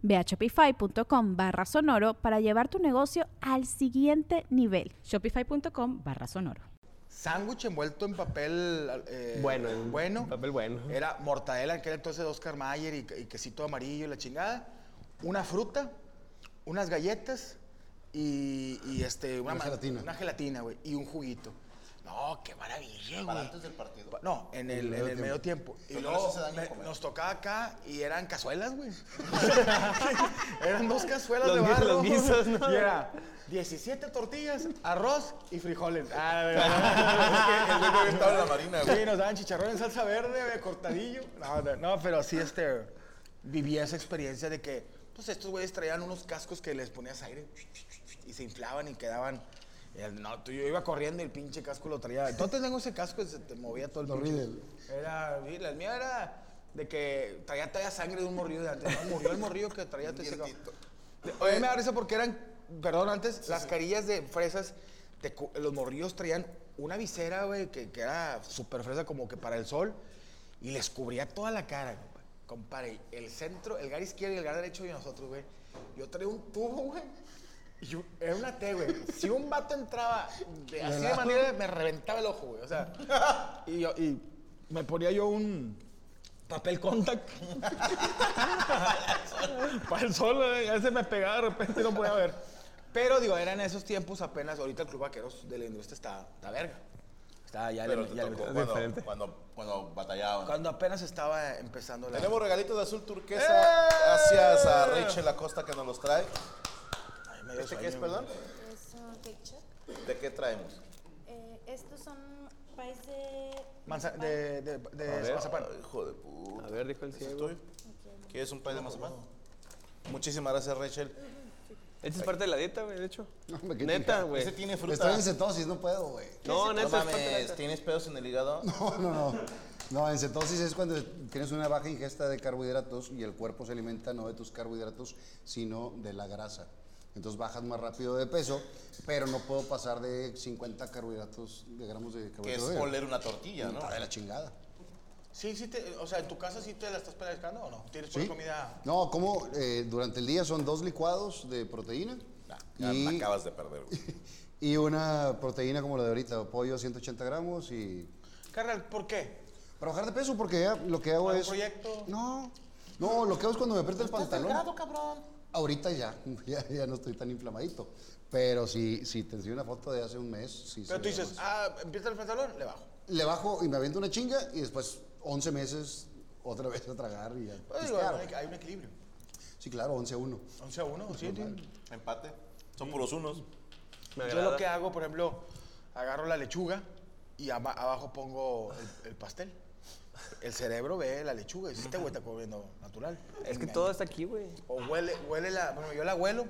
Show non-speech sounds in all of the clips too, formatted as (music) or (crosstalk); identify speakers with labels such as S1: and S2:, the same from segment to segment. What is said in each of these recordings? S1: Ve a shopify.com barra sonoro para llevar tu negocio al siguiente nivel.
S2: Shopify.com barra sonoro.
S3: Sándwich envuelto en papel eh,
S4: Bueno,
S3: bueno.
S4: papel bueno.
S3: Era mortadela en aquel entonces de Oscar Mayer y, y quesito amarillo y la chingada. Una fruta, unas galletas y, y, este, una, ma-
S5: gelatina.
S3: Una gelatina, güey. Y un juguito. No, qué maravilla,
S5: Para
S3: güey.
S5: antes del partido.
S3: Pa- No, en el, en el medio tiempo. Y
S5: Pero
S3: luego
S5: eso se dan de
S3: me-
S5: comer.
S3: nos tocaba acá y eran cazuelas,
S4: (laughs)
S3: güey. (laughs) eran dos cazuelas
S4: Los
S3: de
S4: guisos,
S3: barro.
S4: los guisos, ¿no?
S3: Y
S5: (laughs)
S3: era 17 tortillas, arroz y frijoles. Ah, de verdad.
S5: (laughs) Es que el güey había estado en la marina, güey.
S3: Sí, nos daban chicharrón en salsa verde, güey, cortadillo. No, no, no, pero sí, este, vivía esa experiencia de que, pues, estos güeyes traían unos cascos que les ponías aire y se inflaban y quedaban... y el- No, tú, yo iba corriendo y el pinche casco lo traía. Entonces tengo ese casco y se te movía todo el
S5: Lo
S3: pinche-
S5: Riddle.
S3: Era, sí, la mía era de que traía todavía sangre de un morrillo de antes. ¿no? Murió el morrillo que traía todo ese ca-
S5: Mierdito.
S3: de- A mí me da risa porque eran, perdón, antes, las carillas de fresas, te cu- los morrillos traían una visera, güey, que, que era súper fresa como que para el sol, y les cubría toda la cara, compa- compadre. El centro, el gar izquierdo y el gar derecho y nosotros, güey. Yo traía un tubo, güey. y yo- era una T, güey. Si un vato entraba de, así de manera, me reventaba el ojo, güey. O sea, y, yo- y me ponía yo un papel (laughs) contact. Para el sol, eh, ya se me pegaba de repente y no podía ver. Pero digo, eran esos tiempos apenas. Ahorita el Club Vaqueros de la Industria está, está verga. Está ya, le-
S5: Pero te
S3: ya le-
S5: tocó cuando, cuando, cuando batallaban.
S3: Cuando apenas estaba empezando la.
S5: Tenemos regalitos de azul turquesa.
S3: ¡Eh!
S5: Gracias a Rachel Acosta que nos los trae.
S3: Ay, me dio
S5: ¿Este qué es,
S3: sueño,
S5: perdón?
S6: Es un cake shop.
S5: ¿De qué traemos?
S6: Eh, estos son pies de...
S3: Manza- de, de, de mazapán.
S5: Ay, Ah, hijo de puta.
S4: A ver, dijo el ciego.
S5: ¿Estoy? ¿Quieres un pay de mazapán? Muchísimas gracias, Rachel.
S4: Esta es parte de la dieta, güey, de hecho.
S5: hombre, qué
S4: neta,
S5: chingada.
S3: Pues,
S4: güey.
S5: Ese tiene
S7: Estoy
S5: fruta.
S7: en cetosis, no puedo, güey. (laughs)
S4: No,
S5: No
S4: neta, es parte de la
S5: mames,
S4: dieta.
S5: ¿tienes pedos en el hígado?
S7: No, no, no. No, en cetosis es cuando tienes una baja ingesta de carbohidratos y el cuerpo se alimenta no de tus carbohidratos, sino de la grasa. Entonces bajas más rápido de peso, pero no puedo pasar de 50 carbohidratos, de gramos de
S3: pues,
S5: Que es
S7: carbohidratos.
S5: oler una tortilla, ¿no?
S7: Está de la chingada.
S3: Sí, sí, te, o sea, ¿en tu casa sí te la estás pescando o no? ¿Tienes
S7: ¿Sí?
S3: pura comida?
S7: No, como eh, durante el día son dos licuados de proteína
S5: Nah, ya
S7: y,
S5: me acabas de perder, güey.
S7: y una proteína como la de ahorita, pollo 180 gramos y
S3: Carnal, ¿por qué?
S7: Para bajar de peso, porque ya lo que hago
S3: ¿Algún
S7: es.
S3: proyecto?
S7: No. No, lo que hago es cuando me aprieta el pantalón.
S3: cabrón.
S7: Ahorita ya, (laughs) ya, ya no estoy tan inflamadito. Pero si, si te enseño una foto de hace un mes, sí. se
S3: Pero tú
S7: ve
S3: dices,
S7: más.
S3: ah, empieza el pantalón, le bajo.
S7: Le bajo y me aviento una chinga y después 11 meses otra (laughs) vez a tragar y ya.
S3: Pues, digo,
S7: pistear.
S3: hay, hay un equilibrio.
S7: Sí, claro, 11 a 1.
S3: 11 a 1, sí, tiene-
S5: Empate. Son puros unos.
S4: Me
S3: Yo lo
S4: agrada.
S3: que hago, por ejemplo, agarro la lechuga y ama- abajo pongo el, el pastel. El cerebro ve la lechuga y dice, este güey está comiendo natural.
S4: Es que
S3: Me-
S4: todo está aquí, güey.
S3: O huele, huele la... Bueno, yo la huelo.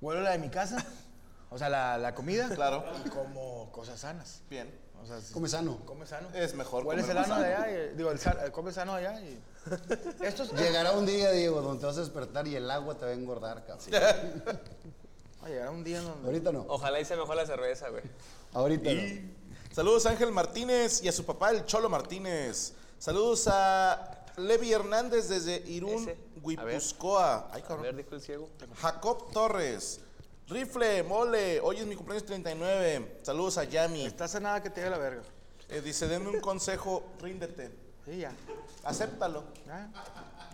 S3: Huelo la de mi casa. O sea, la, la comida.
S5: Claro.
S3: Y como cosas sanas.
S5: Bien.
S3: O sea, si-
S7: Come sano.
S3: Come sano.
S5: Es mejor
S3: Hueles el
S5: comer
S3: ano de
S5: sano.
S3: allá. y- digo, el, sa- el come sano allá y...
S4: (laughs)
S3: Estos...
S7: Llegará un día, Diego, donde te vas a despertar y el agua te va a engordar, cabrón.
S3: Va a llegar un día en donde...
S7: Ahorita no.
S4: Ojalá y sea mejor la cerveza, güey.
S7: Ahorita no.
S5: Y saludos a Ángel Martínez y a su papá, el Cholo Martínez. Saludos a Levi Hernández desde
S4: Ese.
S5: Irún,
S4: A ver.
S5: Guipuzcoa. Ay,
S4: A ver,
S5: cabrón.
S4: dijo el ciego.
S5: Jacob Torres. Rifle, mole, hoy es mi cumpleaños 39. Saludos a Yami.
S3: Está cenada que te lleve la verga.
S5: Eh, dice, denme un consejo, ríndete.
S3: Sí, ya.
S5: Acéptalo.
S3: Ya.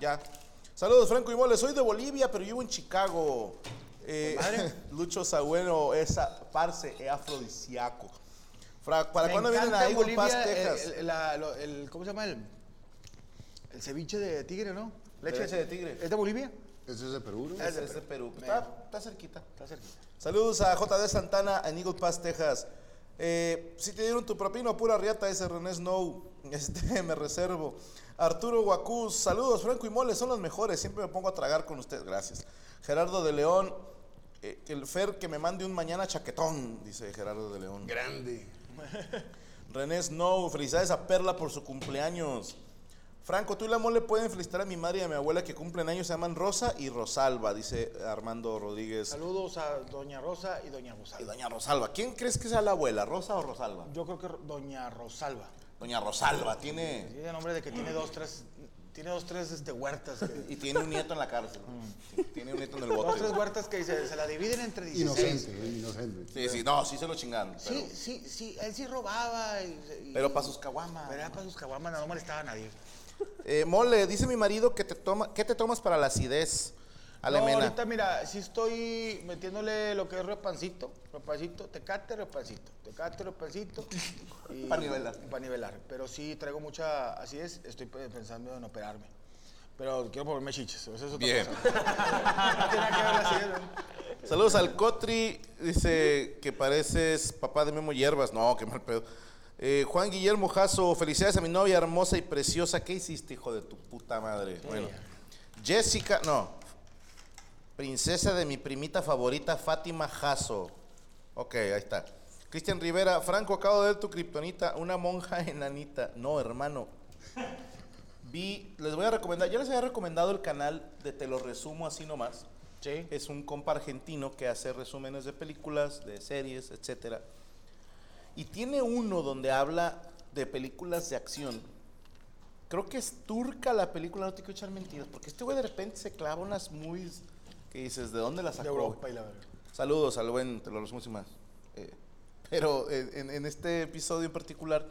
S5: Ya. Saludos, Franco y Mole. Soy de Bolivia, pero vivo en Chicago. (laughs) Eh, Lucho Sagüeno es a- parce, es ah, e afrodisíaco. Fra- ¿Para
S3: Me
S5: cuándo vienen
S3: encanta
S5: a
S3: en
S5: Eagle Pass,
S3: Bolivia el-
S5: Texas?
S3: el- la- lo- el- ¿Cómo se llama el, el ceviche de tigre, no?
S5: Leche de tigre.
S3: ¿Es de Bolivia?
S7: Ese es de Perú,
S3: Eh,
S7: ¿no?
S5: Es es de Perú. Está, está cerquita.
S3: Está cerquita.
S5: Saludos a JD Santana en Eagle Pass, Texas. Eh, si te dieron tu propino, pura riata, ese René Snow. (laughs) Este, me reservo. Arturo Guacuz, saludos, Franco y Mole, son los mejores. Siempre me pongo a tragar con ustedes, gracias. Gerardo de León, eh, el Fer que me mande un mañana chaquetón, dice Gerardo de León.
S3: Grande.
S5: (laughs) René Snow, felicidades a Perla por su cumpleaños. Franco, tú y la mole pueden felicitar a mi madre y a mi abuela que cumplen años, se llaman Rosa y Rosalba, dice Armando Rodríguez.
S3: Saludos a Doña Rosa y Doña
S5: Y
S3: Rosalba.
S5: doña Rosalba, ¿quién crees que sea la abuela, Rosa o Rosalba?
S3: Yo creo que Ro- Doña Rosalba.
S5: Doña Rosalba tiene
S3: Tiene nombre de que tiene dos, tres, tiene dos, tres este, huertas. que-
S5: (laughs) y tiene un nieto en la cárcel.
S3: Mm.
S5: tiene un nieto en el
S3: dos,
S5: bote.
S3: tres huertas que se, se la dividen entre 16.
S7: Inocente, güey, inocente.
S5: Sí, sí, no, sí se lo chingaron.
S3: Sí, sí, sí, él sí robaba. y- y-
S5: Pero pa' sus caguamas.
S3: Pero era para sus caguamas, no molestaba a nadie.
S5: pero- Eh, mole, dice mi marido que te toma, ¿qué te tomas para la acidez? Ale
S3: no,
S5: Mena.
S3: ahorita mira, sí estoy metiéndole lo que es repancito, repancito, tecate, repancito, tecate,
S5: (laughs)
S3: repancito. y-
S5: Pa' nivelar.
S3: Pa' nivelar. Pero sí traigo mucha, así es, estoy pe- pensando en operarme. Pero quiero ponerme chiches, eso es otra
S5: Bien.
S3: cosa. (laughs) no tiene nada que ver la acidez, ¿no?
S5: Saludos al Cotri, dice que pareces papá de Memo Hierbas. No, qué mal pedo. Eh, Juan Guillermo Jasso, felicidades a mi novia hermosa y preciosa. ¿Qué hiciste, hijo de tu puta madre? Bueno, Jessica, no. Princesa de mi primita favorita, Fátima Jasso. Ok, ahí está. Cristian Rivera, Franco, acabo de ver tu kriptonita, una monja (laughs) enanita. No, hermano. Vi, les voy a recomendar, yo les había recomendado el canal de Te lo resumo así nomás.
S3: Sí.
S5: Es un compa argentino que hace resúmenes de películas, de series, etcétera. Y tiene uno donde habla de películas de acción. Creo que es turca la película, no te quiero echar mentiras, porque este güey de repente se clava unas muy... que dices, ¿de dónde las
S3: De
S5: sacó?
S3: Europa
S5: güey?
S3: y la verdad.
S5: Saludos al buen, te lo resumo sin más. Eh, pero eh, en, en este episodio en particular,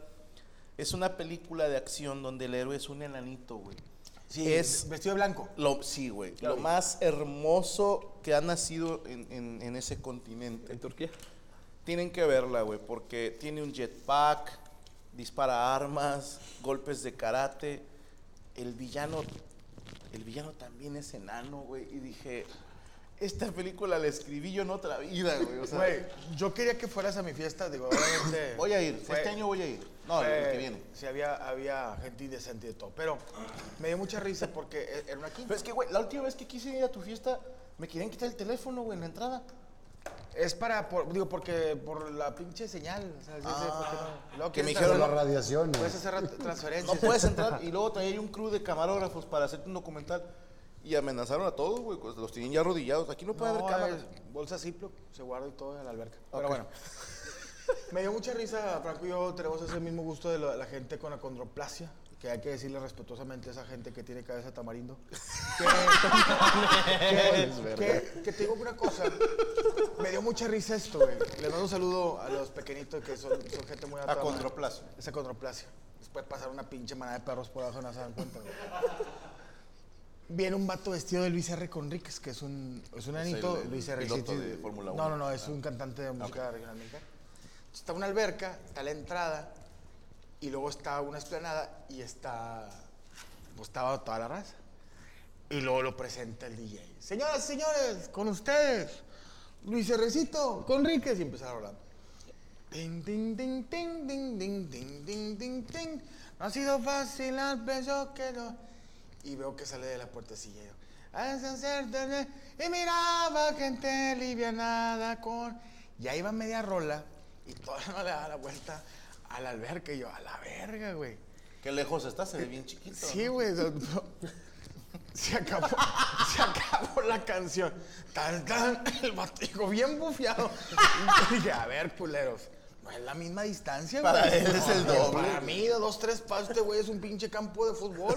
S5: es una película de acción donde el héroe es un enanito, güey.
S3: Sí,
S5: es
S3: vestido de blanco.
S5: lo, sí, güey.
S4: Ya
S5: Lo
S4: vi.
S5: más hermoso que ha nacido en, en- en ese continente.
S4: En Turquía.
S5: Tienen que verla, güey, porque tiene un jetpack, dispara armas, golpes de karate. El villano, el villano también es enano, güey. Y dije, esta película la escribí yo en otra vida, güey. O sea,
S3: Güey, yo quería que fueras a mi fiesta, digo,
S5: (coughs)
S3: obviamente.
S5: voy a ir.
S3: fue-
S5: Este año voy a ir. No, el- el que viene.
S3: Sí, había, había gente indecente y de todo. Pero me dio mucha risa porque e- era una
S5: Pero
S3: quinta.
S5: es que, güey, la última vez que quise ir a tu fiesta, me querían quitar el teléfono, güey, en la entrada.
S3: Es para, por- digo, porque por la pinche señal. O sea, sí, sí, porque no. Luego
S5: Ah, que me
S3: quieres
S5: dijeron,
S7: la
S3: hacer-
S7: radiación.
S3: Puedes hacer ra- transferencias.
S5: No
S3: (laughs)
S5: puedes entrar. Y luego traía un crew de camarógrafos para hacerte un documental. Y amenazaron a todos, güey. pues, Los tenían ya arrodillados. Aquí no puede
S3: No,
S5: haber cámaras.
S3: es bolsa Ziploc, se guarda y todo en la alberca. Pero
S5: (laughs)
S3: bueno. Me dio mucha risa, Franco y yo tenemos ese mismo gusto de la, la gente con acondroplasia, que hay que decirle respetuosamente a esa gente que tiene cabeza
S5: (laughs)
S3: tamarindo. Que, que, que- que te digo una cosa, me dio mucha risa esto, güey. Le mando un saludo a los pequeñitos que son, son gente muy atrás.
S5: Acondroplasia.
S3: Es acondroplasia. Después pasar una pinche manada de perros por abajo no se dan cuenta, güey. Viene un vato vestido de Luis R. Conríquez, que es un, es un anito.
S5: el
S3: Luis R.
S5: piloto
S3: sí, sí.
S5: de
S3: No,
S5: Fórmula Uno. Ah.
S3: no, no, es un cantante de música regional mexicana. Entonces, Está una alberca, está la entrada, y luego está una esplanada, y está. Pues estaba toda la raza. Y luego lo presenta el DJ. Señoras y señores, con ustedes, Luis Herrecito, Conríquez. Y empieza a rolar. Ding, ding, ding, ding, ding, ding, ding, ding, ding, ding. No ha sido fácil al peso que no. Y veo que sale de la puertecilla. y yo, "Al sacer de ne-". Y miraba gente livianada con. Y ahí va media rola y todavía no le da la vuelta a la alberca. Y yo, a la verga, güey.
S5: Qué lejos estás, se ve bien chiquito.
S3: Sí, güey. so- so- (laughs) Se acabó, se acabó la canción. Tan, tan, el batigo bien bufiado. Y dije, a ver, culeros, no es la misma distancia, güey.
S5: Para él es el
S3: Oye,
S5: doble.
S3: Para mí, de dos, tres pasos, este güey es un pinche campo de fútbol,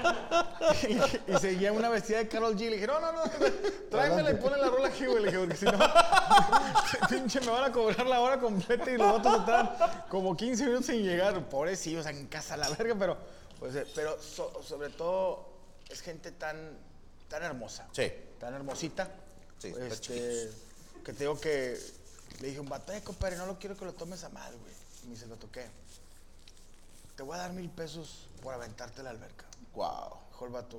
S3: güey. Y, y seguía una vestida de Carol G. Le dije, no, no, no, tráemela y ponle la rola aquí, güey. Le dije, porque si no, (laughs) pinche me van a cobrar la hora completa y los otros están como 15 minutos sin llegar. Pobrecillos, en casa a la verga, pero, pues, eh, pero so- sobre todo es gente tan, tan hermosa.
S5: Sí.
S3: Tan hermosita.
S5: Sí, están
S3: este, que te digo que Le dije, un vato, eh, compadre, no lo quiero que lo tomes a mal, güey. Y me dice, lo toqué. Te voy a dar mil pesos por aventarte a la alberca.
S5: Wow.
S3: Dijo el vato,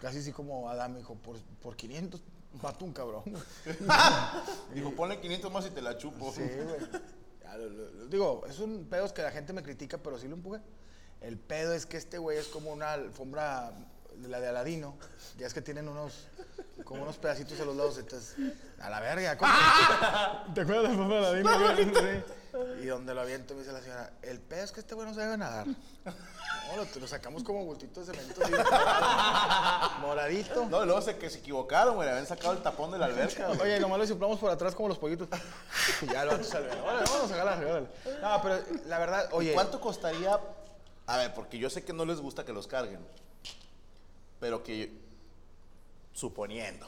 S3: casi así como Adam, dijo, por, por 500, vato un cabrón.
S5: Dijo, ponle 500 más y te la chupo.
S3: Sí, güey. Ya, lo- lo- lo- digo, es un pedo es que la gente me critica, pero sí lo empuje. El pedo es que este güey es como una alfombra, la de Aladino. Ya es que tienen unos, como unos pedacitos a los lados. Entonces, a la verga. ¿cómo? ¡Ah! ¿Te acuerdas de la alfombra de Aladino? Sí. Y donde lo aviento, me dice la señora, el pedo es que este güey no sabe nadar. No, lo, lo sacamos como bultito de cemento. así, moradito.
S5: (laughs) No, y luego se, que se equivocaron, güey. Le habían sacado el tapón
S3: (laughs)
S5: de la alberca, güey.
S3: Oye, nomás lo soplamos por atrás como los pollitos. (laughs) Y ya lo antes al verano. Órale, vámonos, agárrale, agárrale. No, pero la verdad, oye.
S5: ¿Cuánto costaría? A ver, porque yo sé que no les gusta que los carguen. Pero que. Suponiendo.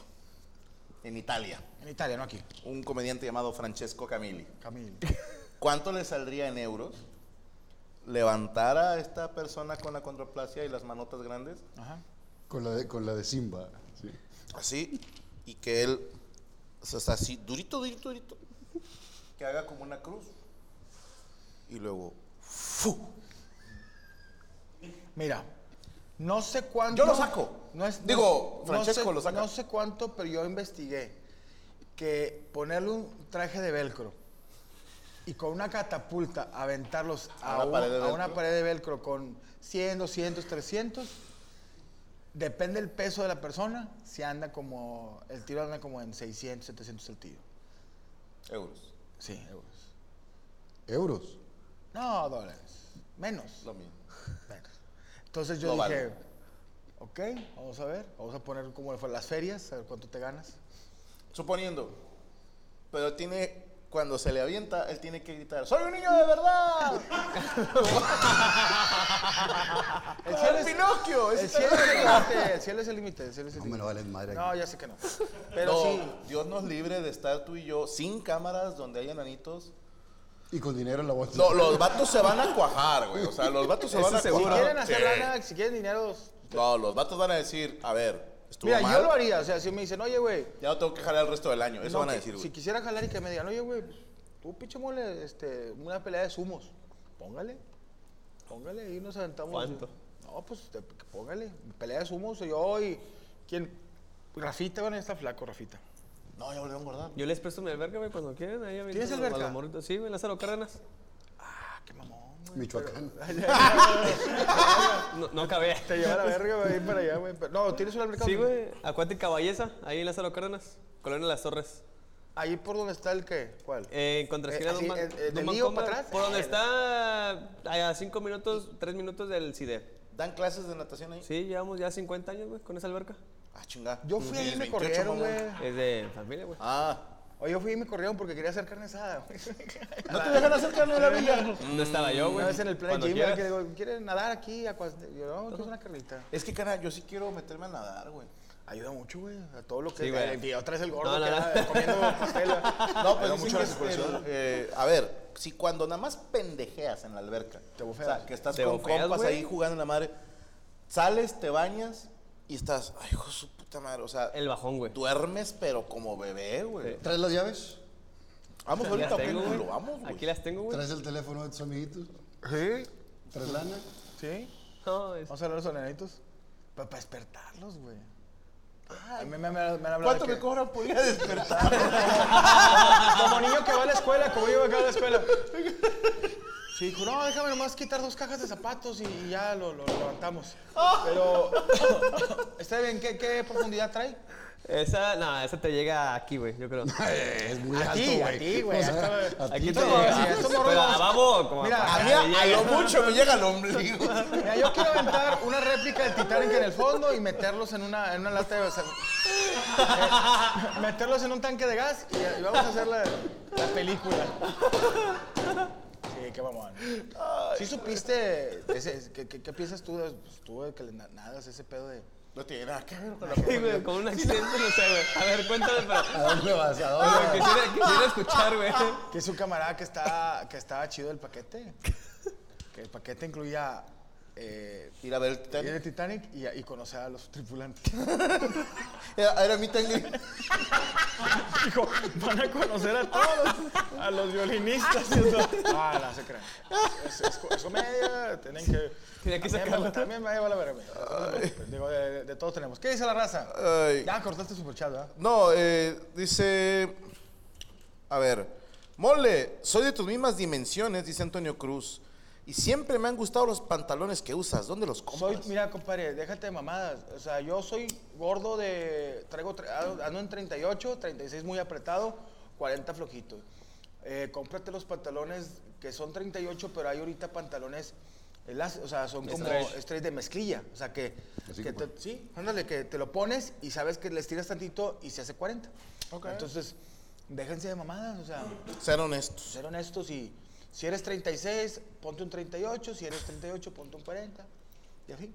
S5: En Italia,
S3: En Italia, no aquí.
S5: un comediante llamado Francesco Camilli.
S3: Camilo.
S5: ¿Cuánto le saldría en euros levantar a esta persona con la contraplasia y las manotas grandes?
S3: Ajá.
S7: Con la de, con la de Simba. sí.
S5: Así. Y que él. O sea, está así, durito, durito, durito. Que haga como una cruz. Y luego. ¡Fu!
S3: Mira, no sé cuánto.
S5: Yo lo saco.
S3: No es,
S5: Digo,
S3: no
S5: Francesco
S3: sé-
S5: lo saca.
S3: No sé cuánto, pero yo investigué que ponerle un traje de velcro y con una catapulta aventarlos a,
S5: A una
S3: un-
S5: pared de
S3: a una
S5: velcro.
S3: pared de velcro con 100, 200, 300. Depende el peso de la persona, si anda como, el tiro anda como en 600, 700 el tiro.
S5: Euros.
S3: Sí, euros.
S7: Euros.
S3: No, dólares. Menos.
S5: Lo mismo.
S3: Venga. Entonces yo
S5: Lo
S3: dije,
S5: valgo.
S3: ok, vamos a ver, vamos a poner como fue las ferias, a ver cuánto te ganas.
S5: Suponiendo. Pero tiene. Cuando se le avienta, él tiene que gritar: ¡Soy un niño de verdad!
S3: (laughs) El cielo es
S5: Pinocchio!
S3: el cielo es el límite, el cielo es el límite, el cielo es el
S7: No me
S3: límite.
S7: lo valen madre.
S3: No, ya sé que no. Pero
S5: No,
S3: sí,
S5: Dios nos libre de estar tú y yo sin cámaras donde hay enanitos.
S7: Y con dinero en la bolsa.
S5: No, los vatos se van a cuajar, güey. O sea, los vatos se
S4: Eso
S5: van a
S4: seguro.
S3: si
S5: cuajar.
S3: quieren hacer
S5: Sí.
S3: lana, si quieren dinero,
S5: No, los vatos van a decir, a ver, estuvo
S3: mira,
S5: mal.
S3: yo lo haría, o sea, si me dicen, oye, güey,
S5: Ya no tengo que jalar el resto del año. Eso
S3: no,
S5: van a
S3: que-
S5: decir, güey.
S3: si quisiera jalar y que me digan, oye, güey, tú pinche mole, este, una pelea de sumos, póngale, póngale, y nos aventamos.
S4: ¿Cuánto?
S3: No, pues te- que póngale, pelea de sumos, yo y quién, Rafita, bueno, ya está flaco, Rafita.
S5: No, ya volví a engordar.
S4: Yo les presto mi alberca, güey, cuando quieran. Ahí avientan
S3: ¿Tienes
S4: a los- a los
S3: alberca?
S4: morritos. Sí, güey, Lázaro Cárdenas.
S3: Ah, qué mamón, güey.
S7: Michoacán.
S4: No, no acabé.
S3: Te lleva la verga, güey, ir para allá, güey. pero- No, tienes un alberca.
S4: Sí,
S3: donde-
S4: güey. Acuática Ballesa, ahí en Lázaro Cárdenas. Colonia Las Torres.
S3: Ahí por donde está el qué, ¿cuál?
S4: Eh, en contraesquina
S3: Eh,
S4: de
S3: así,
S4: un man-
S3: eh, eh,
S4: de un
S3: ¿del
S4: man
S3: lío
S4: coma,
S3: para atrás?
S4: Por donde
S3: Eh,
S4: está a 5 minutos, 3 minutos del CIDE.
S5: ¿Dan clases de natación ahí?
S4: E. Sí, llevamos ya 50 años, güey, con esa alberca.
S5: Ah, chingada.
S3: Yo fui ahí y me
S5: 28
S3: corrieron,
S5: mamón.
S3: güey.
S4: Es de familia, güey.
S5: Ah.
S3: Oye, yo fui y me corrieron porque quería hacer carne asada, güey.
S5: (laughs) ¿No te dejan hacer carne de
S4: (laughs)
S5: la villa?
S4: No estaba yo, güey.
S3: Una vez en el plan
S4: Cuando
S3: gym, era
S4: quieras.
S3: que digo, ¿quieres nadar aquí? acuas-?" Yo, no, quiero una carnita.
S5: Es que, cara, yo sí quiero meterme a nadar, güey.
S3: Ayuda mucho, güey, a todo lo que...
S4: Sí, güey.
S3: Y otra vez el gordo
S4: No, no,
S3: que
S4: no.
S3: era comiendo pues, pastel. (laughs)
S5: No,
S3: Ayuda
S5: pero
S3: Ah. mucho a la
S5: dicen que es el-
S3: circulación.
S5: eh, a ver, si cuando nada más pendejeas en la alberca,
S3: Te
S5: o
S3: bofeas.
S5: sea, que estás
S4: Te
S5: con
S4: bofeas,
S5: compas
S4: güey.
S5: ahí jugando en la madre, sales, te bañas y estás, ay, hijo de su puta madre, o sea,
S4: El bajón, güey.
S5: duermes pero como bebé, güey.
S4: Sí.
S7: ¿Traes las llaves?
S5: Vamos ahorita,
S4: Las tengo,
S5: güey,
S4: güey.
S5: lo vamos, güey.
S4: Aquí las tengo, güey.
S7: ¿Traes el teléfono de tus amiguitos?
S3: ¿Sí?
S7: ¿Traes lana?
S3: ¿Sí? (laughs)
S4: No, es-
S3: Vamos a hablar de los soneritos. Para despertarlos, güey. A mí me, me- me han hablado
S5: ¿Cuánto
S3: de
S5: me
S3: que-
S5: cobran por ir a despertar?
S3: Como niño que va a la escuela, como yo que va a la escuela. Sí, dijo, no, déjame nomás quitar dos cajas de zapatos y, y ya lo, lo levantamos. Pero, (laughs) ¿está bien? ¿Qué, qué profundidad trae?
S4: Esa, no, esa te llega aquí, güey, yo creo.
S7: Eh, Es muy
S3: A ti, a ti, güey.
S7: (laughs) a
S3: Aquí
S7: ti
S4: Aquí te
S7: te
S3: sí,
S4: llega.
S3: esto morro-
S4: Pero abajo, como
S3: Mira,
S4: para
S5: a
S4: acá
S5: mí,
S4: le
S5: a, a
S4: llega.
S5: lo mucho me llega el ombligo. (laughs)
S3: Mira, yo quiero aventar una réplica del Titanic en el fondo y meterlos en una, en una lata de... o sea, eh, meterlos en un tanque de gas y, y vamos a hacer la, la película. Sí, qué mamón. ¿Sí supiste? ese- ese- ¿qué, qué, qué piensas tú, de, pues, tú de que le na- nadas ese pedo de...
S5: No tiene nada que ver con la
S4: Sí, güey, con un accidente, no sé, güey. A ver, cuéntame, pero... Ah,
S7: ¿A dónde vas? ¿A dónde
S4: pero Quisiera, quisiera escuchar,
S3: (laughs)
S4: güey.
S3: Que es un camarada que estaba, que estaba chido el paquete. Que el paquete incluía eh,
S5: Ir a ver el
S3: ir en el
S5: Titanic.
S3: Titanic y, y conocer a los tripulantes.
S5: Era, Eh, era meet and greet.
S3: Dijo, van a conocer a todos, a los (laughs) violinistas. y eso. Ah, no se crean. Es, es, co- es comedia, tienen que...
S4: Tenía que
S3: a mí me-
S4: sacarlo.
S3: También me lleva la verga. no se preocupen. Digo, de, de todos tenemos. ¿Qué dice la raza?
S5: Ay.
S3: Ya cortaste super chat, ¿verdad?
S5: No, eh, dice. A ver. Mole, soy de tus mismas dimensiones, dice Antonio Cruz. Y siempre me han gustado los pantalones que usas. ¿Dónde los compras?
S3: Soy, mira, compadre, déjate de mamadas. O sea, yo soy gordo de. Traigo, tre- ah, ando en 38, 36 muy apretado, 40 flojito. Eh, cómprate los pantalones que son 38, pero hay ahorita pantalones. elas- o sea, son como estrés de mezclilla. O sea, que.
S7: Así
S3: que
S7: como-
S3: te- sí, ándale, que te lo pones y sabes que le estiras tantito y se hace 40. Entonces, déjense de mamadas, o sea
S5: Sean honestos.
S3: ser honestos y si eres 36, ponte un 38, si eres 38, ponte un 40, y así.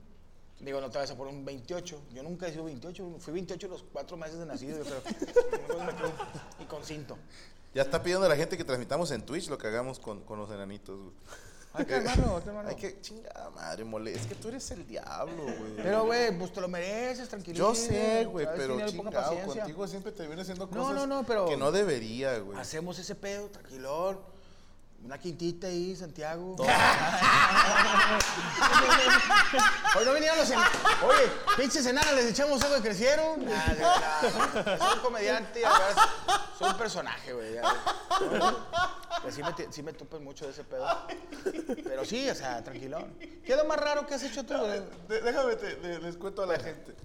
S3: Digo, no te vas a poner un 28. Yo nunca he sido 28, fui 28 los cuatro meses de nacido, yo creo.
S5: (laughs)
S3: y con cinto.
S5: Ya está pidiendo a la gente que transmitamos en Twitch lo que hagamos con, con los enanitos, güey. Eh,
S3: Hay que armarlo, hay que armarlo.
S5: Ay, qué chingada madre, mole. Es que tú eres el diablo, güey.
S3: Pero, güey, pues te lo mereces, tranquilo.
S5: Yo sé, güey,
S3: ¿sabes?
S5: pero
S3: Tiene poca
S5: chingado,
S3: paciencia.
S5: contigo siempre te viene haciendo
S3: No,
S5: cosas
S3: no, no, pero-
S5: que no debería, güey.
S3: Hacemos ese pedo, tranquilón. Una quintita ahí, Santiago. (laughs) Hoy no vinieron los en- Oye, pinches enanas, les echamos algo y crecieron. Nah, Ah, de verdad. Soy un comediante y además soy un personaje, güey. ya, güey. Que Sí me, ti- sí me tupen mucho de ese pedo. Pero sí, o sea, tranquilón. ¿Qué es lo más raro que has hecho tú, güey?
S5: De- déjame, te- le- les cuento a la gente.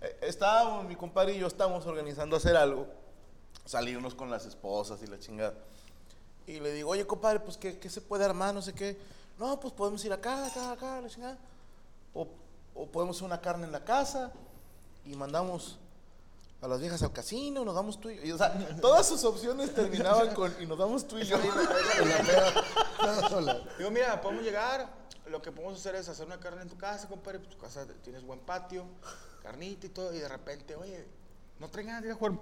S5: Eh, Estábamos, mi compadre y yo estábamos organizando hacer algo, salirnos con las esposas y la chingada. Y le digo, oye, compadre, pues, ¿qué, qué se puede armar? No sé qué. No, pues podemos ir acá, acá, acá, la chingada. O, o podemos hacer una carne en la casa y mandamos a las viejas al casino, nos damos tú y yo. Y, O sea, todas sus opciones terminaban con y nos damos tú y yo.
S7: Nada sola.
S3: Digo, mira, podemos llegar. Lo que podemos hacer es hacer una carne en tu casa, compadre. pues, Tu casa tienes buen patio, carnita y todo. Y de repente, oye, no traigan ganas de ir a jugar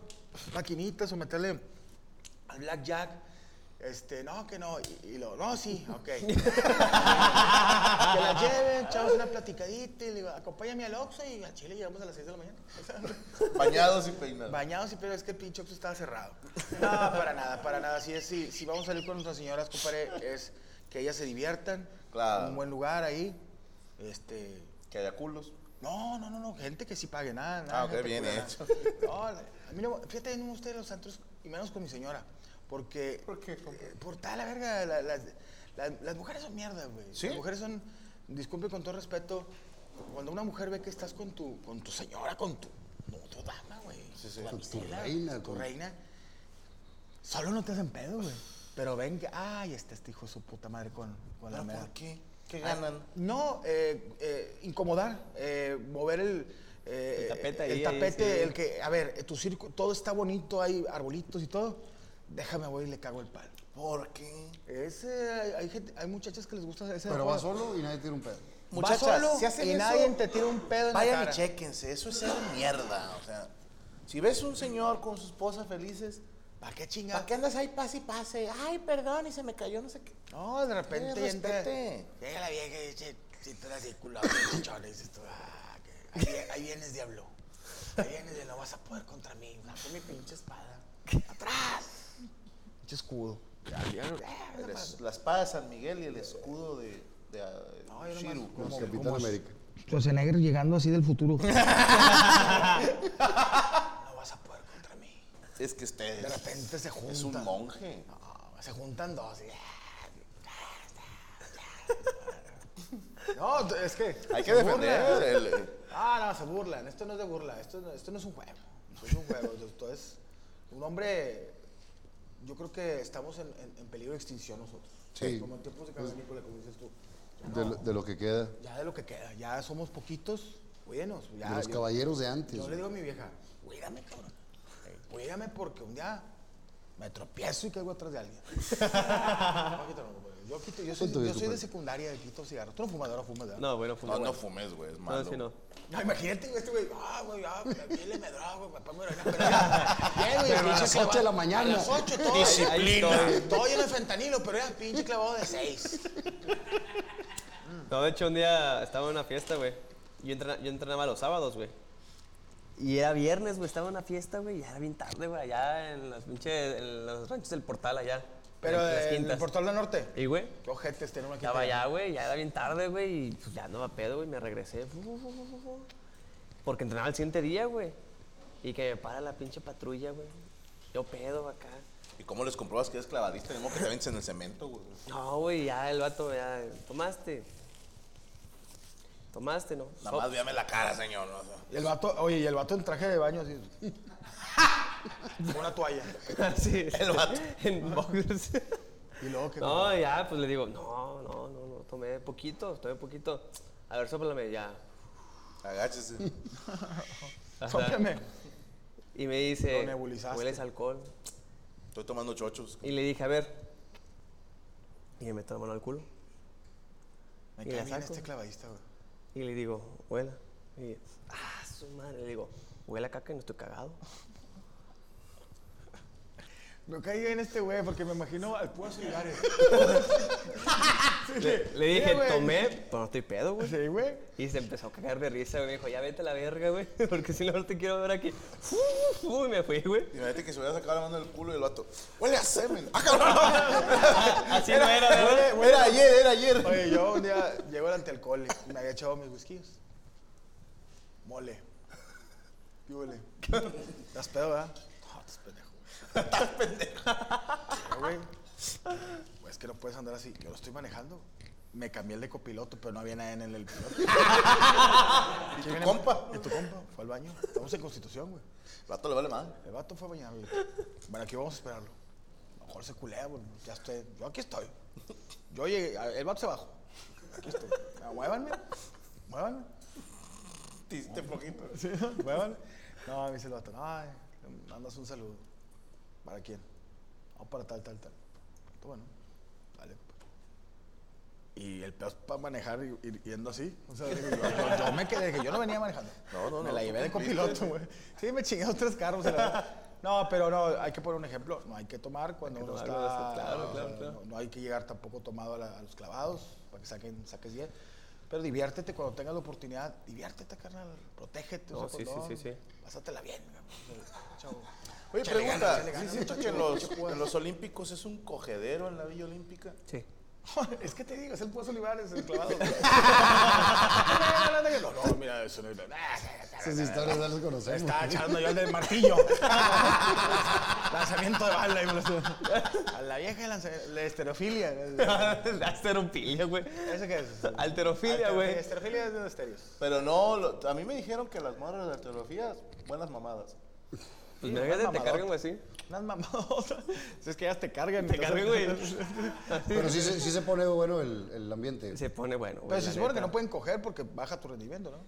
S3: maquinitas o meterle al blackjack. Este, no, que no. Y, y lo, no, sí, ok. que la lleven, chavos, una platicadita. Y le digo, acompáñame al Oxxo y a Chile llegamos a las 6 de la mañana.
S5: Bañados y peinados.
S3: Bañados y pero es que el pinche Oxxo estaba cerrado. (laughs) No, para nada, para nada. Si, es, si, si vamos a salir con nuestras señoras, compadre, es que ellas se diviertan.
S5: Claro.
S3: Un buen lugar ahí. Este.
S5: Que haya culos.
S3: No, no, no, no, gente que sí pague nada, nada.
S5: Ah, ok,
S3: gente
S5: bien
S3: culera.
S5: hecho.
S3: (laughs) No, a mí no, fíjate, no me gustan los antros, y menos con mi señora, porque... ¿Por qué? por tal, la verga, la- las, las- las mujeres son mierda, güey.
S5: ¿Sí?
S3: Las mujeres son, disculpe con todo respeto, cuando una mujer ve que estás con tu, con tu señora, con tu, no, tu dama, güey. Tu
S7: Con tu
S3: damisela,
S7: reina,
S3: Tu
S7: con-
S3: reina. Solo no te hacen pedo, güey. Pero ven que, ay, este, este hijo de su puta madre con, con la
S5: ¿Pero
S3: mera.
S5: por qué? ¿Qué
S3: Ah,
S5: ganan?
S3: No, eh, eh, incomodar, eh, mover el, eh,
S4: El tapete ahí,
S3: el,
S4: ahí,
S3: tapete,
S4: sí.
S3: el que, a ver, eh, tu circo, todo está bonito, hay arbolitos y todo. Déjame voy y le cago el palo.
S5: ¿Por qué?
S3: Ese, hay, hay gente, hay muchachas que les gusta ese
S7: Pero
S3: juego.
S7: va solo y nadie tira un pedo.
S3: Va solo y nadie te tira un pedo en la
S5: Vayan
S3: cara.
S5: y chéquense, eso es ser mierda. O sea, si ves un señor con su esposa felices,
S3: ¿Para qué
S5: ¿para
S3: chingar?
S5: qué andas ahí pase y pase? Ay, perdón, y se me cayó, no sé qué.
S3: No, de repente
S5: Eh,
S3: entra-
S5: respete.
S3: llega la vieja y dice, si tú eres de culo, (laughs) chichón", y dices tú, "Ah, que- ahí, vie- ahí vienes diablo. Ahí vienes de no vas a poder contra mí. Bajo mi pinche espada. Atrás. Pinche escudo. Ah,
S5: El es- la espada de San Miguel y el escudo de, de, ah, de
S3: No, yo nomás-
S5: Shiru.
S7: Los Pues Capitán América.
S8: Schwarzenegger llegando así del
S3: (laughs)
S8: futuro.
S3: No vas a poder contra mí.
S5: Es que ustedes.
S3: De repente se juntan.
S5: Es un monje.
S3: No, se juntan dos. y-
S5: (laughs)
S3: No, es que.
S5: Hay que
S3: se burlan.
S5: defender. el-
S3: (laughs) Ah, no, se burlan. Esto no es de burla. Esto, no- esto no es un juego. Esto es un
S7: (laughs)
S3: juego. Esto es un hombre. Yo creo que estamos en, en- en peligro de extinción nosotros. Pues,
S7: Sí. Pues,
S3: Como en tiempos de cavernícola, como dices tú.
S7: De, lo- de lo que queda.
S3: Ya de lo que queda. Ya somos poquitos. Cuídenos. Ya,
S7: de los
S3: yo-
S7: caballeros de antes.
S3: Yo le
S7: güey.
S3: digo a mi vieja, cuídame, cabrón. Eh, Cuídame porque un día me tropiezo y caigo atrás de
S7: (laughs)
S3: alguien. (laughs) No, quítalo, compadre. yo, quito- yo soy,
S7: Punto bien,
S3: yo soy de
S7: compadre.
S3: secundaria, quito cigarros. Tú no fumas, no fumas, ¿verdad?
S4: No, bueno, fue
S5: No,
S4: una
S5: no
S4: buena.
S5: fumes, güey, es malo.
S4: No, sí, no.
S3: No, imagínate, güey, este güey, ah, güey, ah,
S4: (laughs)
S3: güey, le me drogo, me pongo heroína, pero ya, ya, güey,
S7: Pero a
S3: pinche
S7: las ocho de
S3: clavado-
S7: la mañana.
S3: A las 8, todo.
S4: (laughs) Disciplina.
S3: Ahí estoy. Todo lleno de fentanilo, pero era pinche clavado de 6.
S4: No, de hecho, un día estaba en una fiesta, güey. Yo, entrena- yo entrenaba los sábados, güey. Y era viernes, güey. Estaba en una fiesta, güey. y Ya era bien tarde, güey. Allá en las pinches, en los ranchos del portal, allá.
S3: Pero
S4: en las
S3: eh, en
S4: quintas.
S3: el Portal del Norte.
S4: Y, güey,
S3: Qué este, ojetes tenemos aquí.
S4: estaba allá, güey. Ya era bien tarde, güey. Y pues, ya no a pedo, güey. Me regresé. fu, fu, fu, fu, fu. Porque entrenaba el siguiente día, güey. Y que me para la pinche patrulla, güey. Yo pedo acá.
S5: ¿Y cómo les comprobas que eres clavadista? Mismo que te vences en el cemento, güey.
S4: No, güey, ya el vato, ya. Tomaste. Tomaste, ¿no?
S5: Nada más véame la cara, señor. ¿no? O sea,
S3: Y el vato, oye, y el vato en traje de baño así. Con una toalla.
S4: (laughs) sí,
S5: El vato.
S4: en boxers.
S3: Y luego que.
S4: (laughs) No, ya, pues le digo, no, no, no, no, tomé poquito, tomé poquito. A ver, soplame, ya.
S5: Agáchese.
S3: Sóplame.
S4: Y me dice,
S3: Lo nebulizaste.
S4: hueles a alcohol.
S5: Estoy tomando chochos.
S4: Y le dije, a ver. Y me meto la mano al culo.
S3: Me
S4: Y
S3: cae
S4: la
S3: bien
S4: saco.
S3: este clavadista, güey.
S4: Y le digo, huela. Y, ah, su madre. Le digo, huela caca y no estoy (laughs) cagado.
S3: Me cae bien este güey porque me imagino al puro Olivares.
S4: Le, le dije, tomé, pero no estoy pedo, güey.
S3: Sí, güey.
S4: Y se empezó a cagar de risa, güey. Me dijo, ya vete a la verga, güey. (laughs) Porque si no, no te quiero ver aquí. (laughs) Uy, me fui, güey.
S5: Imagínate que se hubiera sacado la mano del culo y el vato. ¡Huele a semen! ¡Ah, cabrón!
S4: Así no era, ¿verdad?
S5: era ayer, era ayer.
S3: Oye, yo un día llego al antialcohólico y me había echado mis whiskies. Mole. ¿Qué huele? ¿Estás pedo, verdad? No, estás pendejo. Estás pendejo. Güey, es que no puedes andar así. Yo lo estoy manejando. Me cambié el de copiloto, pero no había nadie en el (laughs) piloto. ¿Y tu
S5: compa?
S3: ¿Y tu compa? Fue al baño. Estamos en Constitución, güey.
S5: El vato le vale madre.
S3: El vato fue mañana. Bueno, aquí vamos a esperarlo. A lo mejor se culea, bueno, ya estoy. Yo aquí estoy. Yo llegué. a- El vato se bajó. Aquí estoy. Ah, Muévanme. Muévanme.
S5: Te hiciste flojito.
S3: Sí, muévanme. No, me dice el vato. Ay, le mandas un saludo. ¿Para quién? No, para tal, tal, tal. Tú, bueno, vale. Y el peor para manejar y, y- yendo así. O sea, digo, yo, yo- yo me quedé, dije, yo no venía manejando.
S5: No, no,
S3: Me
S5: no,
S3: la
S5: tú
S3: llevé de
S5: cumpliste.
S3: copiloto, güey. Sí, me chingué los tres carros. la
S4: (laughs)
S3: verdad. No, pero no, hay que poner un ejemplo. No hay que tomar cuando uno
S4: tomarlo,
S3: está.
S4: claro, claro,
S3: no,
S4: claro.
S3: No, hay que llegar tampoco tomado a, la- a los clavados para que saquen, saques bien. Pero diviértete cuando tengas la oportunidad. Diviértete, carnal. Protégete.
S4: No,
S3: usa
S4: sí, sí,
S3: condón,
S4: sí, sí.
S3: Pásatela bien.
S4: (laughs)
S3: güey. Chavo.
S5: Oye,
S3: Échale ganas, échale
S5: pregunta. ¿Sí
S3: ganas,
S5: es cierto
S3: muchacho,
S5: que en los,
S3: muchacho,
S5: en los Olímpicos es un cogedero en la Villa Olímpica?
S4: Sí.
S3: (laughs) es que te digo, es el Pueblo Olivares, el
S4: (laughs)
S3: clavado. (laughs) Ah, no,
S5: (laughs)
S3: no, no, mira, eso no es.
S7: Esas historias no las conocemos.
S3: Estaba echando yo el del martillo. (laughs) lanzamiento de bala. y me lo estuvo- A la vieja de lanza- la esterofilia.
S4: (laughs) Asterofilia, güey.
S3: ¿Ese qué es?
S4: Alterofilia, Pues güey.
S3: Esterofilia es de los esterios.
S5: Pero no, lo- a mí me dijeron que las morras de arqueología, buenas mamadas.
S4: Pues me fíjate, te
S3: mamadota.
S4: cargan, güey, así.
S3: Unas mamadotas. Si es que ellas te cargan.
S4: Te cargan, (laughs) güey.
S7: Pero sí, se- sí se pone bueno el, el ambiente.
S4: Se pone bueno, güey.
S3: Pero
S4: la
S3: se supone que
S4: neta.
S3: no pueden coger porque baja tu rendimiento, ¿no?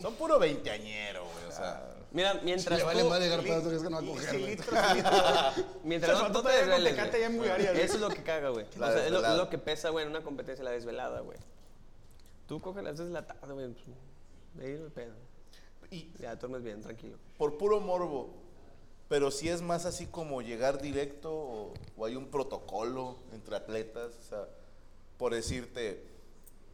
S5: Son puro veinteañero, güey. O sea,
S3: Ah.
S4: Mira, mientras
S7: Le vale
S4: tú-
S7: más llegar pedo, tú crees que no va a coger, güey.
S3: (laughs)
S4: Mientras
S3: Se
S4: no,
S3: faltó
S4: no te
S3: todavía con
S4: desveles,
S3: Tecate
S4: güey.
S3: ya en Bulgaria, güey.
S4: Eso es lo que caga, güey. O sea,
S5: La
S4: es lo, es
S5: desvelada.
S4: lo que pesa, güey, en una competencia, la desvelada, güey. Tú coges las 3 de la tarde, güey. pues, De ir al pedo.
S5: y
S4: Ya duermes bien, tranquilo.
S5: por puro morbo. Pero si es más así como llegar directo o, o hay un protocolo entre atletas, o sea, por decirte,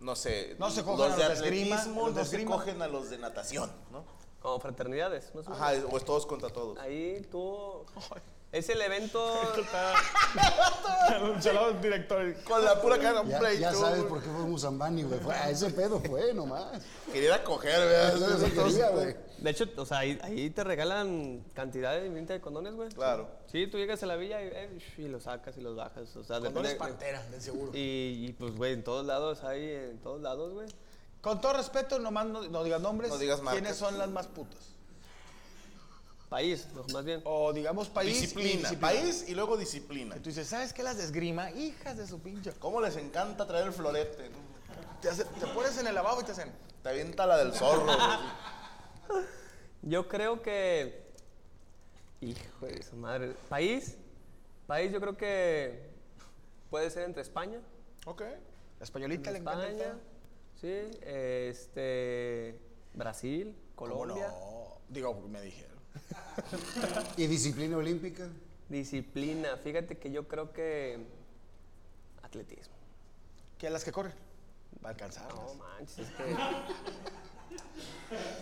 S5: no sé,
S3: No se cogen a
S5: los
S3: los
S5: de
S3: de esgrima,
S5: atletismo
S3: los de
S5: no se
S3: esgrima.
S5: cogen a los de natación, ¿no?
S4: Como fraternidades, ¿no?
S5: Ajá, o es todos contra todos.
S4: Ahí tú. Es el evento.
S3: (laughs) Un chalado director.
S5: Con la pura cara, un
S7: Ya,
S5: play
S7: ya
S5: tú,
S7: sabes
S5: güey.
S7: por qué fue Musambani, güey. Fue a ese pedo fue nomás.
S5: Quería coger, ¿verdad?
S7: Es lo que
S5: Entonces,
S7: quería, güey.
S4: De hecho, o sea, ahí, ahí te regalan cantidad de de condones, güey.
S5: Claro.
S4: Sí, tú llegas a la villa y, eh, y los sacas y los bajas. O sea,
S3: Condones
S4: depende-
S3: pantera, de seguro.
S4: Y, y, pues, güey, en todos lados hay, en todos lados, güey.
S3: Con todo respeto, nomás no, no digas nombres.
S5: No digas marcas.
S3: ¿Quiénes son las más putas?
S4: País, no, más bien.
S3: O digamos país. y
S5: disciplina, país y luego disciplina.
S3: Y tú dices, ¿sabes qué? Las de esgrima, hijas de su pinche.
S5: ¿Cómo les encanta traer el florete? no?
S3: Te, hace- te pones en el lavabo y te hacen.
S5: Te avienta la del zorro. güey.
S3: (laughs)
S4: Yo creo que. Hijo de su madre. País. País, yo creo que. Puede ser entre España.
S3: Ok. La españolita le encanta. el
S4: España.
S3: pedo.
S4: Sí. Este. Brasil.
S3: ¿Cómo
S4: Colombia.
S3: no? Digo, me dijeron.
S7: ¿Y disciplina olímpica?
S4: Disciplina. Fíjate que yo creo que. Atletismo.
S3: que las que corren. Va a alcanzar.
S4: No manches, es que.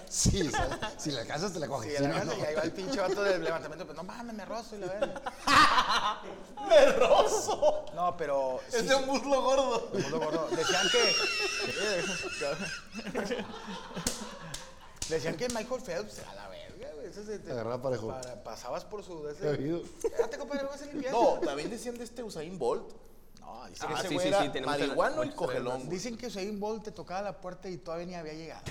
S7: Sí, ¿sabes? si la alcanzas, te la coges.
S3: Sí,
S7: Si
S3: la
S7: no,
S3: gana,
S7: no.
S3: y ahí va el pinche vato del levantamiento. Pues, no mames, me rozo y la verga.
S5: ¡Perroso!
S3: No, pero. sí,
S5: Es de un muslo gordo.
S3: Me acuerdo, gordo. Decían que. Decían que Michael Phelps, a la verga, güey. Eso se te-
S7: Agarraba parejo.
S3: para- pasabas por su.
S7: Te ha habido.
S3: Espérate, compadre, vas a limpiar.
S5: No, también decían de este Usain Bolt.
S3: No, dicen,
S5: Que
S4: Ah,
S5: ese
S4: sí,
S5: güey
S4: sí,
S5: era
S4: sí, tenemos
S5: marihuano y
S4: muchas
S5: cogelón. güey.
S3: dicen que Usain Bolt te tocaba la puerta y todavía ni había llegado.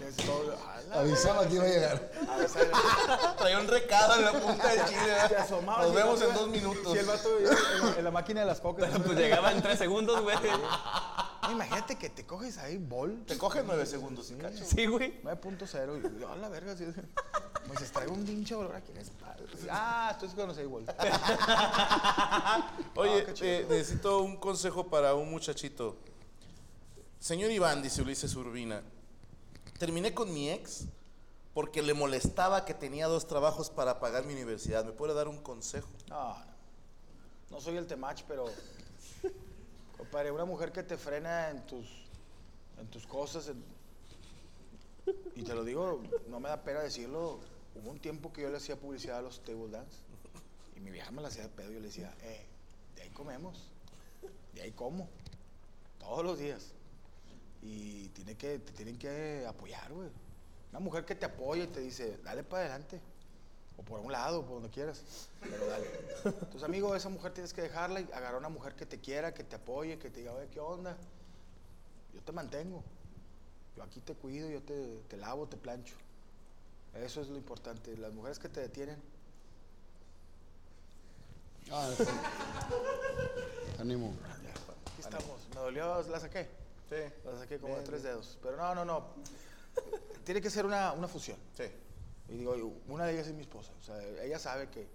S3: Desde todo- a la
S7: Avisaba
S3: verga,
S7: que iba a
S3: sí.
S7: llegar.
S3: A ver, sale.
S5: (laughs) Traía un recado en la punta (laughs) del chile. ¿verdad?
S3: Te asomabas
S5: Nos
S3: y el
S5: vemos
S3: vato
S5: en dos
S3: iba-
S5: minutos.
S3: Si el vato iba en la, en la máquina de las cocas.
S4: Pues llegaba en tres segundos, güey.
S3: Imagínate que te coges ahí Bolt.
S5: Te coge nueve segundos sin cacho.
S4: Sí, güey.
S3: 9.0 y yo, a la verga, sí. Pues se traigo un pinche olor aquí en la espalda. Ah, estoy con los igual.
S5: Oye,
S3: Ah, qué chido.
S5: eh, necesito un consejo para un muchachito. Señor Iván, dice Ulises Urbina, terminé con mi ex porque le molestaba que tenía dos trabajos para pagar mi universidad. ¿Me puede dar un consejo?
S3: No, no soy el temach, pero compadre, una mujer que te frena en tus en tus cosas en- y te lo digo, no me da pena decirlo. Hubo un tiempo que yo le hacía publicidad a los table dance y mi vieja me la hacía de pedo y yo le decía, eh, de ahí comemos, de ahí como, todos los días. Y tiene que, te tienen que apoyar, güey. Una mujer que te apoya y te dice, dale para adelante. O por un lado, por donde quieras. Pero dale. Entonces, amigo, esa mujer tienes que dejarla y agarrar a una mujer que te quiera, que te apoye, que te diga, oye, ¿qué onda? Yo te mantengo. Yo aquí te cuido, yo te, te lavo, te plancho. Eso es lo importante. Las mujeres que te detienen.
S7: Ah, está. Ánimo.
S3: Aquí estamos. Me dolió, la saqué.
S5: Sí,
S3: La saqué como de tres dedos. Pero no, no, no. Tiene que ser una, una fusión.
S5: sí.
S3: Y digo, yo, una de ellas es mi esposa. O sea, ella sabe que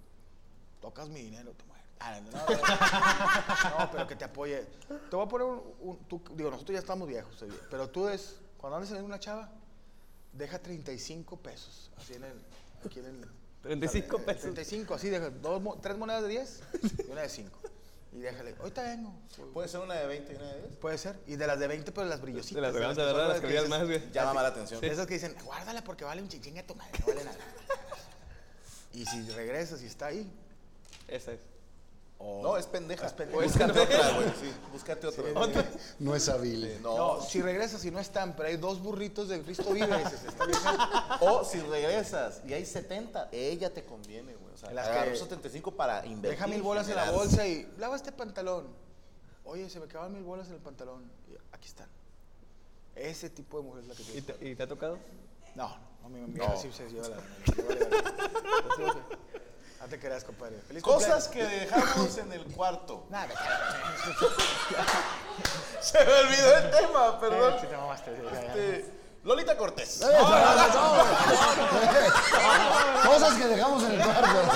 S3: tocas mi dinero, te mueres. Ah, no,
S5: (laughs)
S3: no, no, pero que te apoye. Te voy a poner un. un- tú- digo, nosotros ya estamos viejos, se vio, pero tú es. Cuando andes en una chava, deja 35 pesos. Así en el. Aquí en el
S4: 35
S3: eh,
S4: pesos.
S3: 35, así deja. Dos, mo- tres monedas de 10 y una de 5. Y déjale. Ahorita vengo.
S5: ¿Puede ser una de 20 y una de 10?
S3: Puede ser. Y de las de 20, pero las brillositas.
S4: De las de
S3: ¿sabes?
S4: 20, ¿verdad?
S3: son
S4: Las que brillan
S3: dices,
S4: más, güey. Ah,
S5: Llama la atención.
S3: de Esas que dicen, guárdala porque vale un chinchín a tu madre, no vale nada. y si regresas y está ahí,
S4: Esa es.
S3: o-
S5: No, es pendeja.
S3: Es pendeja.
S5: Oh. (laughs) Búscate otra, güey. Sí, búscate otra.
S7: No es hábil. eh.
S5: No.
S3: No, si regresas y no están, pero hay dos burritos de Cristo
S4: (laughs)
S3: vive, dices, está bien.
S5: O si regresas y hay 70, ella te conviene, güey. O sea,
S3: Las
S5: agarró
S3: que-
S5: 75 para invertir.
S3: Deja mil bolas en la
S5: generar.
S3: bolsa y lava este pantalón. Oye, se me acaban mil bolas en el pantalón. Y aquí están. Ese tipo de mujer es la que
S4: ¿Y
S3: te...
S4: te, y te ha tocado?
S3: No, no, mi mi vieja sí se lleva la... me vale verga. Yo
S4: (laughs)
S3: sí, sí. No te creas, compadre. Feliz
S5: Cosas que dejamos en el cuarto.
S3: Nada,
S5: (laughs) Se me olvidó el
S3: perdón.
S5: tema, perdón.
S3: Eh, Sí, te mamaste. sí, ya, ya.
S5: Este, Lolita Cortés.
S7: Cosas que dejamos en el cuarto.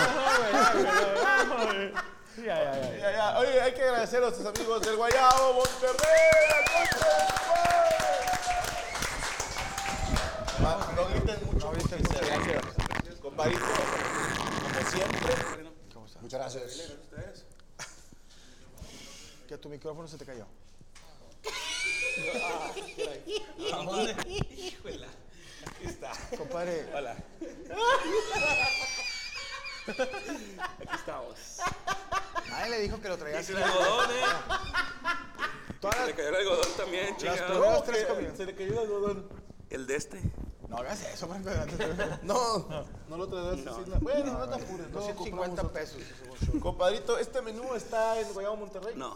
S5: Ya, ya. Oye, hay que agradecer a nuestros amigos del Guayabo, Monterrey, la concha de su madre. Ma- No griten mucho. porque se- Compadrito, como siempre.
S7: Muchas gracias.
S3: Que tu micrófono se te cayó. (laughs) Compadre. Hola. Aquí estamos. Nadie le dijo que lo traía así.
S9: El algodón, eh.
S3: Todas
S9: Se
S3: las,
S9: le cayó el algodón también,
S3: las
S9: chingado.
S3: primeras tres comidas.
S5: Se le cayó el algodón.
S9: El de este.
S3: No hagas eso, Franco. delante de-
S5: No, no lo traerás así. no. Bueno, no te apures. no,
S3: 250
S5: compramos
S3: pesos.
S5: otro. Compadrito, este menú está en Guayabo, Monterrey.
S9: No.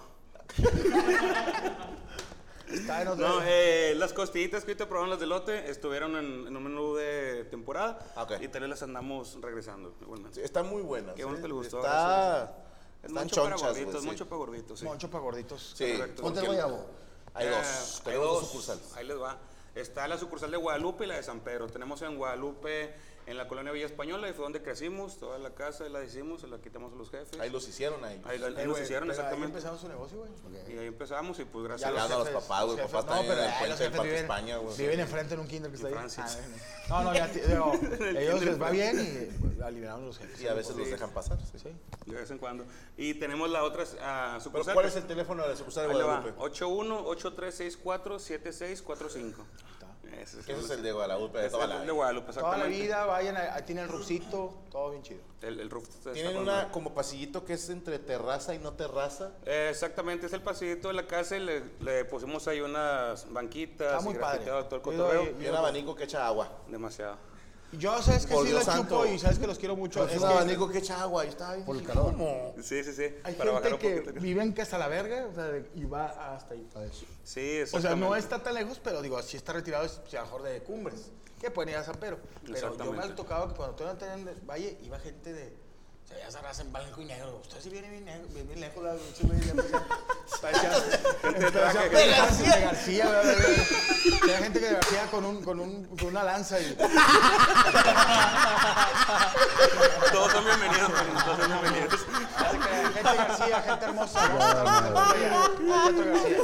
S3: Está en otro.
S9: No, eh, las costillitas que ahorita probaron las de lote estuvieron en, en un menú de temporada.
S5: Ah, ok.
S9: Y tal vez las andamos regresando, igualmente.
S5: Sí, está muy buena.
S9: Qué bueno
S5: sí.
S9: que le gustó,
S5: Está.
S9: Es
S5: están
S9: mucho para
S5: chonchas,
S9: gorditos,
S5: güey, sí.
S9: mucho para gorditos, sí.
S3: Moncho para gorditos.
S5: Sí.
S9: Correcto.
S7: Ponte el guayabo.
S5: Hay
S9: Eh,
S5: dos.
S9: hay
S5: Tenemos dos
S9: dos.
S5: sucursales.
S9: Ahí les va. Está la sucursal de Guadalupe y la de San Pedro. Tenemos en Guadalupe en la colonia Villa Española y fue donde crecimos, toda la casa la hicimos, se la quitamos a los jefes.
S5: Ahí los hicieron ahí.
S9: Ahí- ahí
S3: Eh,
S9: nos
S3: güey,
S9: hicieron,
S3: pero Ahí
S9: exactamente.
S3: empezaron su negocio, güey.
S9: Y ahí empezamos y pues
S5: Ya
S9: gracias
S5: los
S9: a
S5: Saludos
S9: Dios.
S5: a los papás, güey,
S3: los
S5: papás
S3: no,
S5: también
S3: pero
S5: en el
S3: ahí los jefes
S5: puente del Parque
S3: viven-
S5: España, güey.
S3: Viven enfrente en un kinder que está ahí.
S9: Francia.
S3: Ah, No, no, ya, t-
S5: (laughs)
S3: digo, ellos les va bien y pues, aliviaron los jefes.
S5: Y a veces los dejan pasar. sí.
S3: Sí.
S9: de vez en cuando. Y tenemos la otra ah,
S5: Pero
S9: sucursal.
S5: ¿cuál es el teléfono de la sucursal de
S9: Ahí le va,
S5: Guadalupe?
S9: 81-8364-7645. Ese
S5: Ese es el de Guadalupe, de
S9: Ese
S5: toda
S9: es
S5: la
S9: el de
S5: vida.
S9: Guadalupe,
S3: Toda la
S9: exactamente.
S3: vida, vayan, a- ahí tienen el rufcito, todo bien chido.
S9: El, el roof está
S5: Tienen
S9: con
S5: una
S9: madre.
S5: como pasillito que es entre terraza y no terraza.
S9: Eh, exactamente, es el pasillito de la casa y le, le pusimos ahí unas banquitas.
S3: Está muy
S9: y
S3: padre.
S9: grafiteado todo el
S3: Yo digo,
S9: cotorreo.
S3: eh,
S5: Y un abanico que echa agua.
S9: Demasiado.
S3: Yo sabes que
S5: Por
S3: sí
S5: Dios
S3: los chupo
S5: santo.
S3: y sabes que los quiero mucho.
S5: Es un abanico que echa agua. Y está ahí.
S7: Por el
S5: dije,
S7: calor.
S5: ¿cómo?
S9: Sí, sí, sí.
S3: Hay
S9: para bajar
S3: gente
S9: un
S3: que
S9: poquito.
S3: vive en Casa la Verga o sea, de- y va hasta ahí.
S7: A eso.
S9: Sí,
S3: O sea, no
S9: exactamente.
S3: está tan lejos, pero digo, si está retirado es pues, a lo mejor de cumbres, que pueden ir a San Pedro. Pero yo me
S9: Exactamente.
S3: han tocado que cuando todavía no tenían valle, iba gente de. O sea, ya se raza en blanco y negro. Usted sí viene bien, negro, bien, bien lejos, la sí, güey, ya empezó-
S9: (laughs)
S3: parecía- parecía
S9: traje.
S3: Pepe García. De García, güey, güey, güey. Había gente que de García con, un, con, un, con una lanza y.
S9: Todos son bienvenidos, pues, todos son bienvenidos.
S3: Gente García, gente hermosa. ¿no? Gente García.